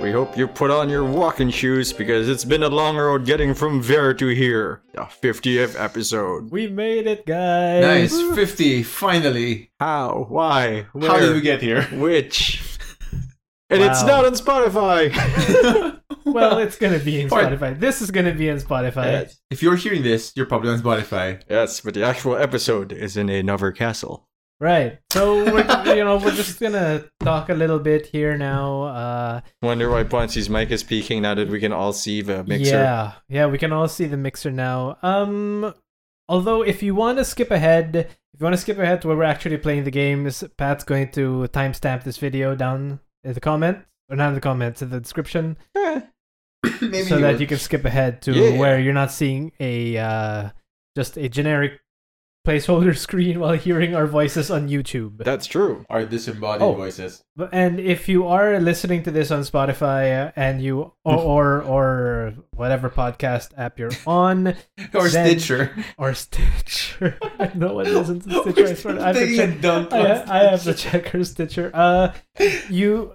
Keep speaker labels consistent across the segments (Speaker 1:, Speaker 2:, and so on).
Speaker 1: We hope you put on your walking shoes because it's been a long road getting from there to here. The 50th episode.
Speaker 2: We made it, guys.
Speaker 3: Nice, 50, finally.
Speaker 1: How? Why? Where?
Speaker 3: How did we get here?
Speaker 1: Which? And it's
Speaker 2: Wow.
Speaker 1: not on Spotify.
Speaker 2: Well, it's gonna be in
Speaker 3: Part-
Speaker 2: Spotify. This is gonna be in Spotify.
Speaker 1: yes.
Speaker 3: If you're hearing this, you're probably on Spotify.
Speaker 1: yes, but the actual episode is in another castle.
Speaker 2: Right. So we're you know we're just gonna talk a little bit here now. Uh,
Speaker 1: Wonder why Ponzi's mic is peaking now that we can all see the mixer.
Speaker 2: Yeah, yeah, we can all see the mixer now. Um, although if you want to skip ahead, if you want to skip ahead to where we're actually playing the games, Pat's going to timestamp this video down in the comment or not in the comments in the description,
Speaker 1: Eh,
Speaker 3: Maybe
Speaker 2: so that
Speaker 3: will.
Speaker 2: you can skip ahead to
Speaker 1: Yeah.
Speaker 2: where you're not seeing a uh, just a generic placeholder screen while hearing our voices on YouTube.
Speaker 1: that's true.
Speaker 3: Our disembodied
Speaker 2: Oh.
Speaker 3: voices.
Speaker 2: But- and if you are listening to this on Spotify uh, and you or or, or whatever podcast app you're on.
Speaker 3: Or
Speaker 2: Then-
Speaker 3: Stitcher.
Speaker 2: or Stitcher. no one listens to Stitcher. I swear. I have to
Speaker 3: Taking
Speaker 2: check.
Speaker 3: a dump
Speaker 2: I,
Speaker 3: on
Speaker 2: I have to
Speaker 3: Stitcher.
Speaker 2: check her Stitcher. Uh, you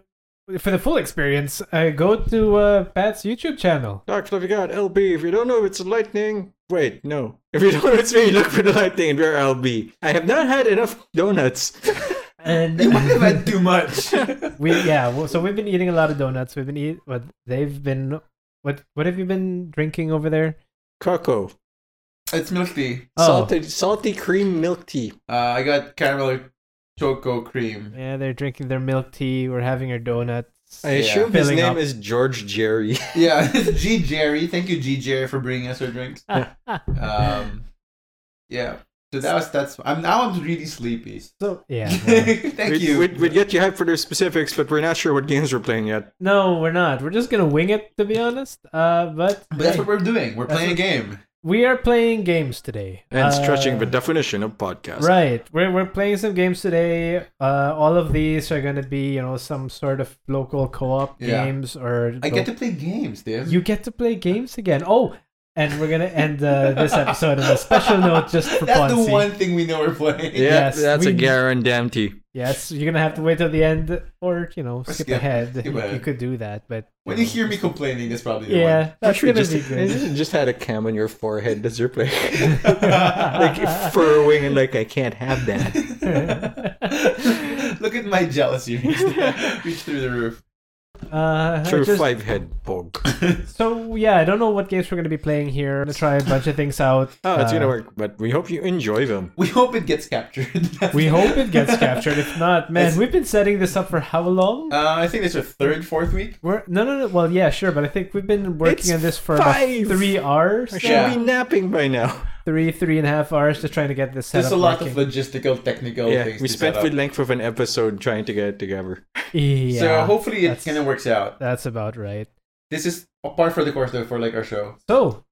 Speaker 2: for the full experience, uh, go to uh, Pat's YouTube channel.
Speaker 1: Dark Fluffy God, LB. If you don't know, it's lightning. Wait, no. If you don't know, it's me. Look for the lightning and we're LB. I have not had enough donuts.
Speaker 2: And
Speaker 3: You might have had too much.
Speaker 2: we yeah. Well, so we've been eating a lot of donuts. We've been eat. What they've been. What what have you been drinking over there?
Speaker 1: Cocoa.
Speaker 3: it's milk tea.
Speaker 2: Oh.
Speaker 1: Salted, salty cream milk tea.
Speaker 3: Uh, I got caramel choco cream.
Speaker 2: yeah, they're drinking their milk tea. We're having our donuts.
Speaker 1: I
Speaker 3: Yeah.
Speaker 1: assume his
Speaker 2: Filling
Speaker 1: name
Speaker 2: up.
Speaker 1: is George Jerry.
Speaker 3: Yeah, G Jerry. Thank you, G Jerry, for bringing us our drinks. Um, yeah. So that was that's. I'm now I'm really sleepy.
Speaker 2: so yeah. well.
Speaker 3: Thank
Speaker 1: we'd,
Speaker 3: you.
Speaker 1: We'd, we'd get you hyped for the specifics, but we're not sure what games we're playing yet.
Speaker 2: no, we're not. We're just gonna wing it to be honest. Uh, but
Speaker 3: but that's
Speaker 2: hey.
Speaker 3: what we're doing. We're
Speaker 2: That's
Speaker 3: playing a
Speaker 2: what-
Speaker 3: game.
Speaker 2: We are playing games today.
Speaker 1: And stretching
Speaker 2: Uh,
Speaker 1: the definition of podcast.
Speaker 2: Right. We're, we're playing some games today. Uh, all of these are going to be, you know, some sort of local co op
Speaker 3: Yeah.
Speaker 2: games or.
Speaker 3: I get to play games, Dave.
Speaker 2: You get to play games again. Oh, and we're going to end uh, this episode on a special note just for
Speaker 3: That's
Speaker 2: Ponzi.
Speaker 3: the one thing we know we're playing.
Speaker 1: Yeah,
Speaker 2: Yes,
Speaker 1: that's a
Speaker 2: we-
Speaker 1: guarantee.
Speaker 2: Yes, you're going to have to wait till the end or, you know, skip,
Speaker 3: skip-
Speaker 2: ahead.
Speaker 3: skip
Speaker 2: You- You
Speaker 3: ahead.
Speaker 2: could do that, but.
Speaker 3: When you hear me complaining, that's probably the one.
Speaker 2: Yeah, that's
Speaker 1: Actually,
Speaker 2: going to
Speaker 1: just,
Speaker 2: be good.
Speaker 1: just had a cam on your forehead as you're playing. like
Speaker 2: like,
Speaker 1: furrowing and like I can't have that.
Speaker 3: Look at my jealousy reach, reach through the roof.
Speaker 2: uh, I
Speaker 1: True
Speaker 2: just-
Speaker 1: five head bog.
Speaker 2: So yeah, I don't know what games we're gonna be playing here. I'm gonna try a bunch of things out.
Speaker 1: Oh, it's
Speaker 2: Uh,
Speaker 1: gonna work, but we hope you enjoy them.
Speaker 3: We hope it gets captured.
Speaker 2: We hope it gets captured. If not, man,
Speaker 3: It's-
Speaker 2: we've been setting this up for how long?
Speaker 3: Uh, I think it's our third, fourth week.
Speaker 2: We're no, no, no. Well, yeah, sure, but I think we've been working
Speaker 1: It's
Speaker 2: on this for
Speaker 1: five.
Speaker 2: about three hours,
Speaker 1: I
Speaker 2: now.
Speaker 1: should
Speaker 3: Yeah.
Speaker 1: be napping by now.
Speaker 2: three, three and a half hours, just trying to get this set
Speaker 3: There's
Speaker 2: up.
Speaker 3: a lot
Speaker 2: working.
Speaker 3: of logistical, technical
Speaker 1: yeah,
Speaker 3: things.
Speaker 1: we
Speaker 3: to
Speaker 1: spent
Speaker 3: set
Speaker 1: the
Speaker 3: up.
Speaker 1: length of an episode trying to get it together.
Speaker 2: yeah.
Speaker 3: So hopefully it
Speaker 2: that's-
Speaker 3: kind of works out.
Speaker 2: that's about right.
Speaker 3: This is apart for the course though for like our show.
Speaker 2: So,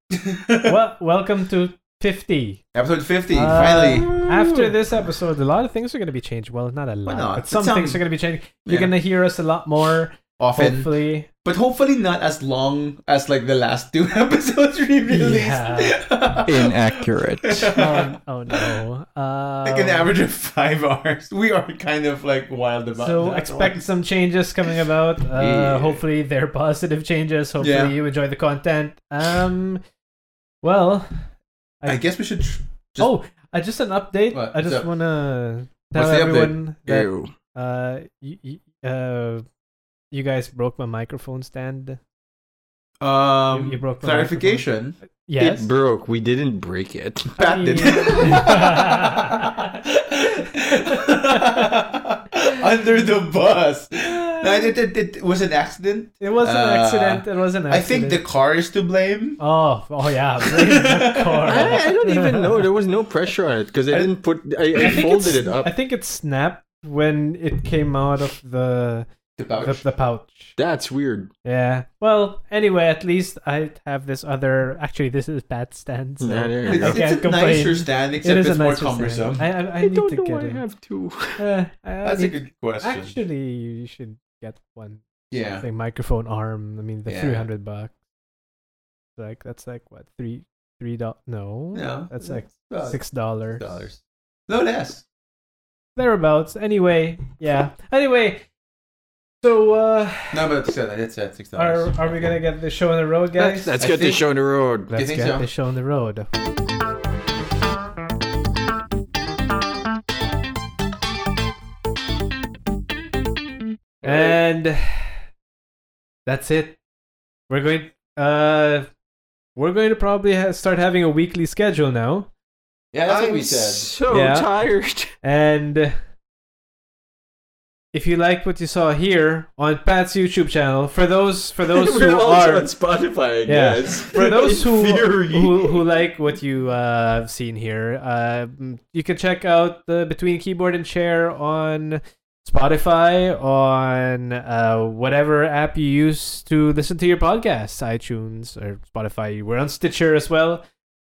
Speaker 2: well, welcome to fifty.
Speaker 3: Episode 50,
Speaker 2: Uh,
Speaker 3: finally.
Speaker 2: After this episode, a lot of things are going to be changed. Well, not a lot,
Speaker 3: not?
Speaker 2: but some,
Speaker 3: Some-
Speaker 2: things are going to be changed. You're
Speaker 3: Yeah.
Speaker 2: going to hear us a lot more,
Speaker 3: Often.
Speaker 2: hopefully.
Speaker 3: But hopefully not as long as like the last two episodes we released.
Speaker 2: Yeah.
Speaker 1: Inaccurate.
Speaker 2: oh, oh no. Uh,
Speaker 3: like an average of five hours. We are kind of like wild about
Speaker 2: So
Speaker 3: that
Speaker 2: expect
Speaker 3: one.
Speaker 2: some changes coming about. Uh,
Speaker 3: Yeah.
Speaker 2: Hopefully they're positive changes. Hopefully
Speaker 3: Yeah.
Speaker 2: you enjoy the content. Um, well,
Speaker 3: I guess we should. Tr- Just-
Speaker 2: oh, uh, just an update.
Speaker 3: What?
Speaker 2: I just
Speaker 3: What's up?
Speaker 2: want to tell
Speaker 3: What's the update?
Speaker 2: everyone that
Speaker 1: Ew.
Speaker 2: uh, y- y- uh, you guys broke my microphone stand.
Speaker 3: um,
Speaker 2: you- you broke the
Speaker 3: clarification.
Speaker 2: Yes.
Speaker 1: It broke. We didn't break it.
Speaker 3: Pat did. Under the bus. No, it, it, it, it was an accident.
Speaker 2: It was an
Speaker 3: Uh,
Speaker 2: accident. It was an accident.
Speaker 3: I think the car is to blame.
Speaker 2: Oh, oh yeah, blame the car.
Speaker 1: I, I don't even know. There was no pressure on it because I
Speaker 3: I-
Speaker 1: didn't put. I, I,
Speaker 2: I think
Speaker 1: folded
Speaker 2: it's-
Speaker 1: it up.
Speaker 2: I think it snapped when it came out of the the,
Speaker 3: The pouch.
Speaker 2: the pouch.
Speaker 1: That's weird.
Speaker 2: Yeah. Well, anyway, at least I have this other. Actually, this is bad stand. So
Speaker 1: Yeah, there you
Speaker 3: It's,
Speaker 1: go.
Speaker 2: I
Speaker 3: it's
Speaker 2: can't
Speaker 3: a
Speaker 2: complain.
Speaker 3: nicer stand, except it's more
Speaker 2: nicer stand.
Speaker 3: cumbersome.
Speaker 2: I, I, I,
Speaker 1: I
Speaker 2: need
Speaker 1: don't
Speaker 2: to
Speaker 1: know.
Speaker 2: get
Speaker 1: why I
Speaker 2: it.
Speaker 1: have two.
Speaker 2: Uh, I I
Speaker 3: That's a
Speaker 2: need-
Speaker 3: good question.
Speaker 2: Actually, you should get one.
Speaker 3: yeah.
Speaker 2: The microphone arm. I mean, the
Speaker 3: Yeah.
Speaker 2: three hundred bucks. Like that's like what three three dollars? No.
Speaker 3: No,
Speaker 2: That's like
Speaker 3: uh,
Speaker 2: six dollars.
Speaker 3: dollars. No less.
Speaker 2: thereabouts. Anyway, yeah. Anyway, So, uh,
Speaker 3: No, but it's, uh, it's at six
Speaker 2: are,
Speaker 3: dollars.
Speaker 2: are we gonna get the show on the road,
Speaker 1: Let's,
Speaker 2: guys?
Speaker 1: let's
Speaker 3: I
Speaker 1: get
Speaker 3: think-
Speaker 1: this show on the road.
Speaker 2: Let's
Speaker 3: think
Speaker 2: get
Speaker 3: so?
Speaker 2: the show on the road. And that's it. We're going uh we're going to probably ha- start having a weekly schedule now.
Speaker 3: Yeah, that's what
Speaker 1: I'm
Speaker 3: we said.
Speaker 1: so
Speaker 2: Yeah.
Speaker 1: tired.
Speaker 2: And if you like what you saw here on Pat's YouTube channel, for those for those
Speaker 1: We're
Speaker 2: who
Speaker 1: also
Speaker 2: are
Speaker 1: on Spotify, I
Speaker 2: Yeah.
Speaker 1: guess.
Speaker 2: for those who,
Speaker 1: In theory.
Speaker 2: who who like what you uh, have seen here, uh, mm, you can check out the Between Keyboard and Chair on Spotify, on uh, whatever app you use to listen to your podcasts, iTunes or Spotify. We're on Stitcher as well.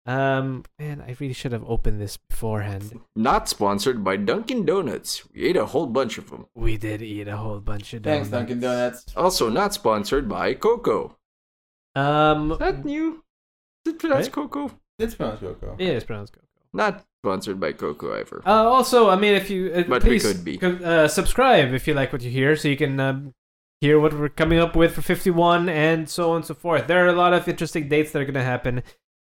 Speaker 2: Um, man, I really should have opened this beforehand.
Speaker 1: not sponsored by Dunkin' Donuts. We ate a whole bunch of them.
Speaker 2: We did eat a whole bunch of
Speaker 3: Thanks,
Speaker 2: donuts.
Speaker 3: Dunkin' Donuts.
Speaker 1: Also not sponsored by Coco.
Speaker 2: Um,
Speaker 1: Is that new? Is it pronounced
Speaker 2: Right?
Speaker 1: Coco?
Speaker 3: It's pronounced Coco.
Speaker 2: yeah, it's pronounced Coco.
Speaker 1: Not sponsored by Coco ever.
Speaker 2: Uh, also, I mean, if you uh,
Speaker 1: But we
Speaker 2: please
Speaker 1: could be.
Speaker 2: co- uh, subscribe if you like what you hear, so you can um, hear what we're coming up with for fifty one and so on and so forth. There are a lot of interesting dates that are going to happen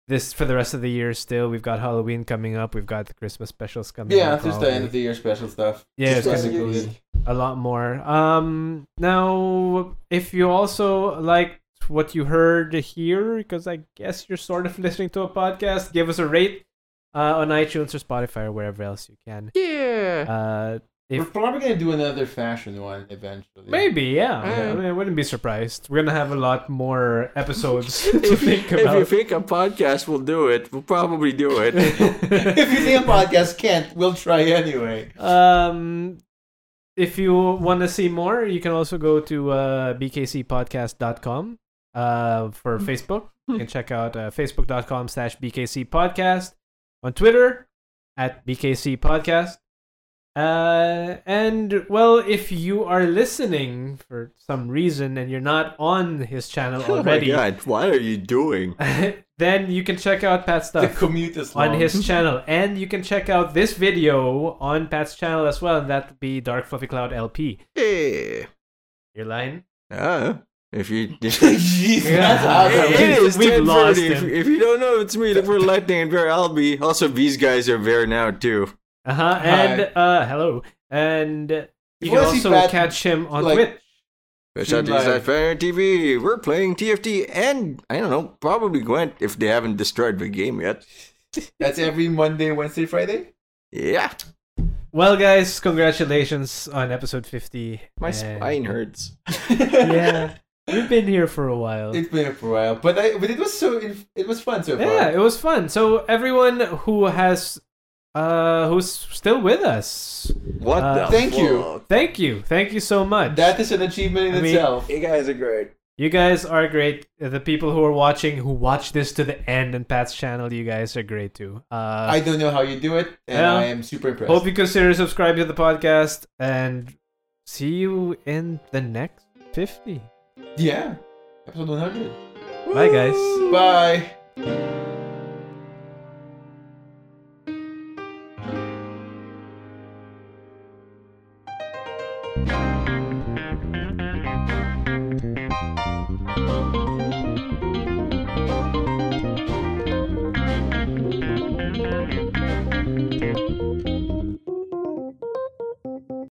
Speaker 2: this for the rest of the year. Still, we've got Halloween coming up. We've got the Christmas specials coming.
Speaker 3: Yeah,
Speaker 2: up,
Speaker 3: it's just the
Speaker 2: probably.
Speaker 3: end of the year special stuff.
Speaker 2: Yeah,
Speaker 3: Just
Speaker 2: it's
Speaker 3: classic
Speaker 2: gonna be
Speaker 3: music.
Speaker 2: a lot more. Um, now, if you also liked what you heard here, because I guess you're sort of listening to a podcast, give us a rate uh, on iTunes or Spotify or wherever else you can.
Speaker 1: yeah.
Speaker 2: Uh,
Speaker 3: We're
Speaker 2: if
Speaker 3: probably gonna do another fashion one eventually.
Speaker 2: maybe, yeah,
Speaker 1: Uh,
Speaker 2: I, mean, I wouldn't be surprised. We're gonna have a lot more episodes to
Speaker 1: If,
Speaker 2: think
Speaker 1: if you
Speaker 2: about.
Speaker 1: think a podcast will do it, we'll probably do it.
Speaker 3: if you think a podcast can't, we'll try anyway.
Speaker 2: um, if you want to see more, you can also go to uh, bkcpodcast.com uh,
Speaker 1: Mm.
Speaker 2: for Facebook. You can check out uh, facebook.com slash bkcpodcast. On Twitter, at bkcpodcast. Uh, and, well, if you are listening for some reason and you're not on his channel already,
Speaker 1: Oh my god, what are you doing?
Speaker 2: then you can check out Pat's
Speaker 3: The
Speaker 2: stuff
Speaker 3: commute is long.
Speaker 2: on his channel. And you can check out this video on Pat's channel as well, and that would be Dark Fluffy Cloud LP.
Speaker 1: Yeah.
Speaker 2: Your line?
Speaker 1: Ah, if you
Speaker 3: Jeez, that's awesome.
Speaker 2: Yeah.
Speaker 1: it is
Speaker 2: We've
Speaker 1: 10:30.
Speaker 2: lost
Speaker 1: If,
Speaker 2: him.
Speaker 1: if you don't know, it's me, Look for Lightning and Bear Albie. Also, these guys are there now too.
Speaker 2: Uh huh. And uh hello. And you can
Speaker 3: wanna see
Speaker 2: also
Speaker 3: Pat,
Speaker 2: catch him on
Speaker 3: like-
Speaker 2: Twitch.
Speaker 1: That's
Speaker 3: Stream
Speaker 1: out these
Speaker 3: live.
Speaker 1: Fan TV. We're playing TFT, and I don't know, probably Gwent if they haven't destroyed the game yet.
Speaker 3: That's every Monday, Wednesday, Friday.
Speaker 1: Yeah,
Speaker 2: Well, guys, congratulations on episode 50.
Speaker 1: my
Speaker 2: And-
Speaker 1: spine hurts.
Speaker 2: Yeah. We've been here for a while.
Speaker 3: It's been up for a while, but I but it was so inf- it was fun so far.
Speaker 2: yeah, it was fun. So everyone who has uh who's still with us,
Speaker 1: What
Speaker 2: Uh,
Speaker 1: the?
Speaker 3: Thank you.
Speaker 1: fuck?
Speaker 2: thank you. Thank you so much.
Speaker 3: That is an achievement
Speaker 2: I
Speaker 3: in
Speaker 2: mean-
Speaker 3: itself.
Speaker 1: You guys are great.
Speaker 2: You guys are great. The people who are watching, who watch this to the end, and Pat's channel, you guys are great too. Uh,
Speaker 3: I don't know how you do it, and
Speaker 2: Yeah.
Speaker 3: I am super impressed.
Speaker 2: hope you consider subscribing to the podcast, and see you in the next fifty.
Speaker 3: yeah, episode one hundred.
Speaker 2: Bye, guys.
Speaker 3: Bye.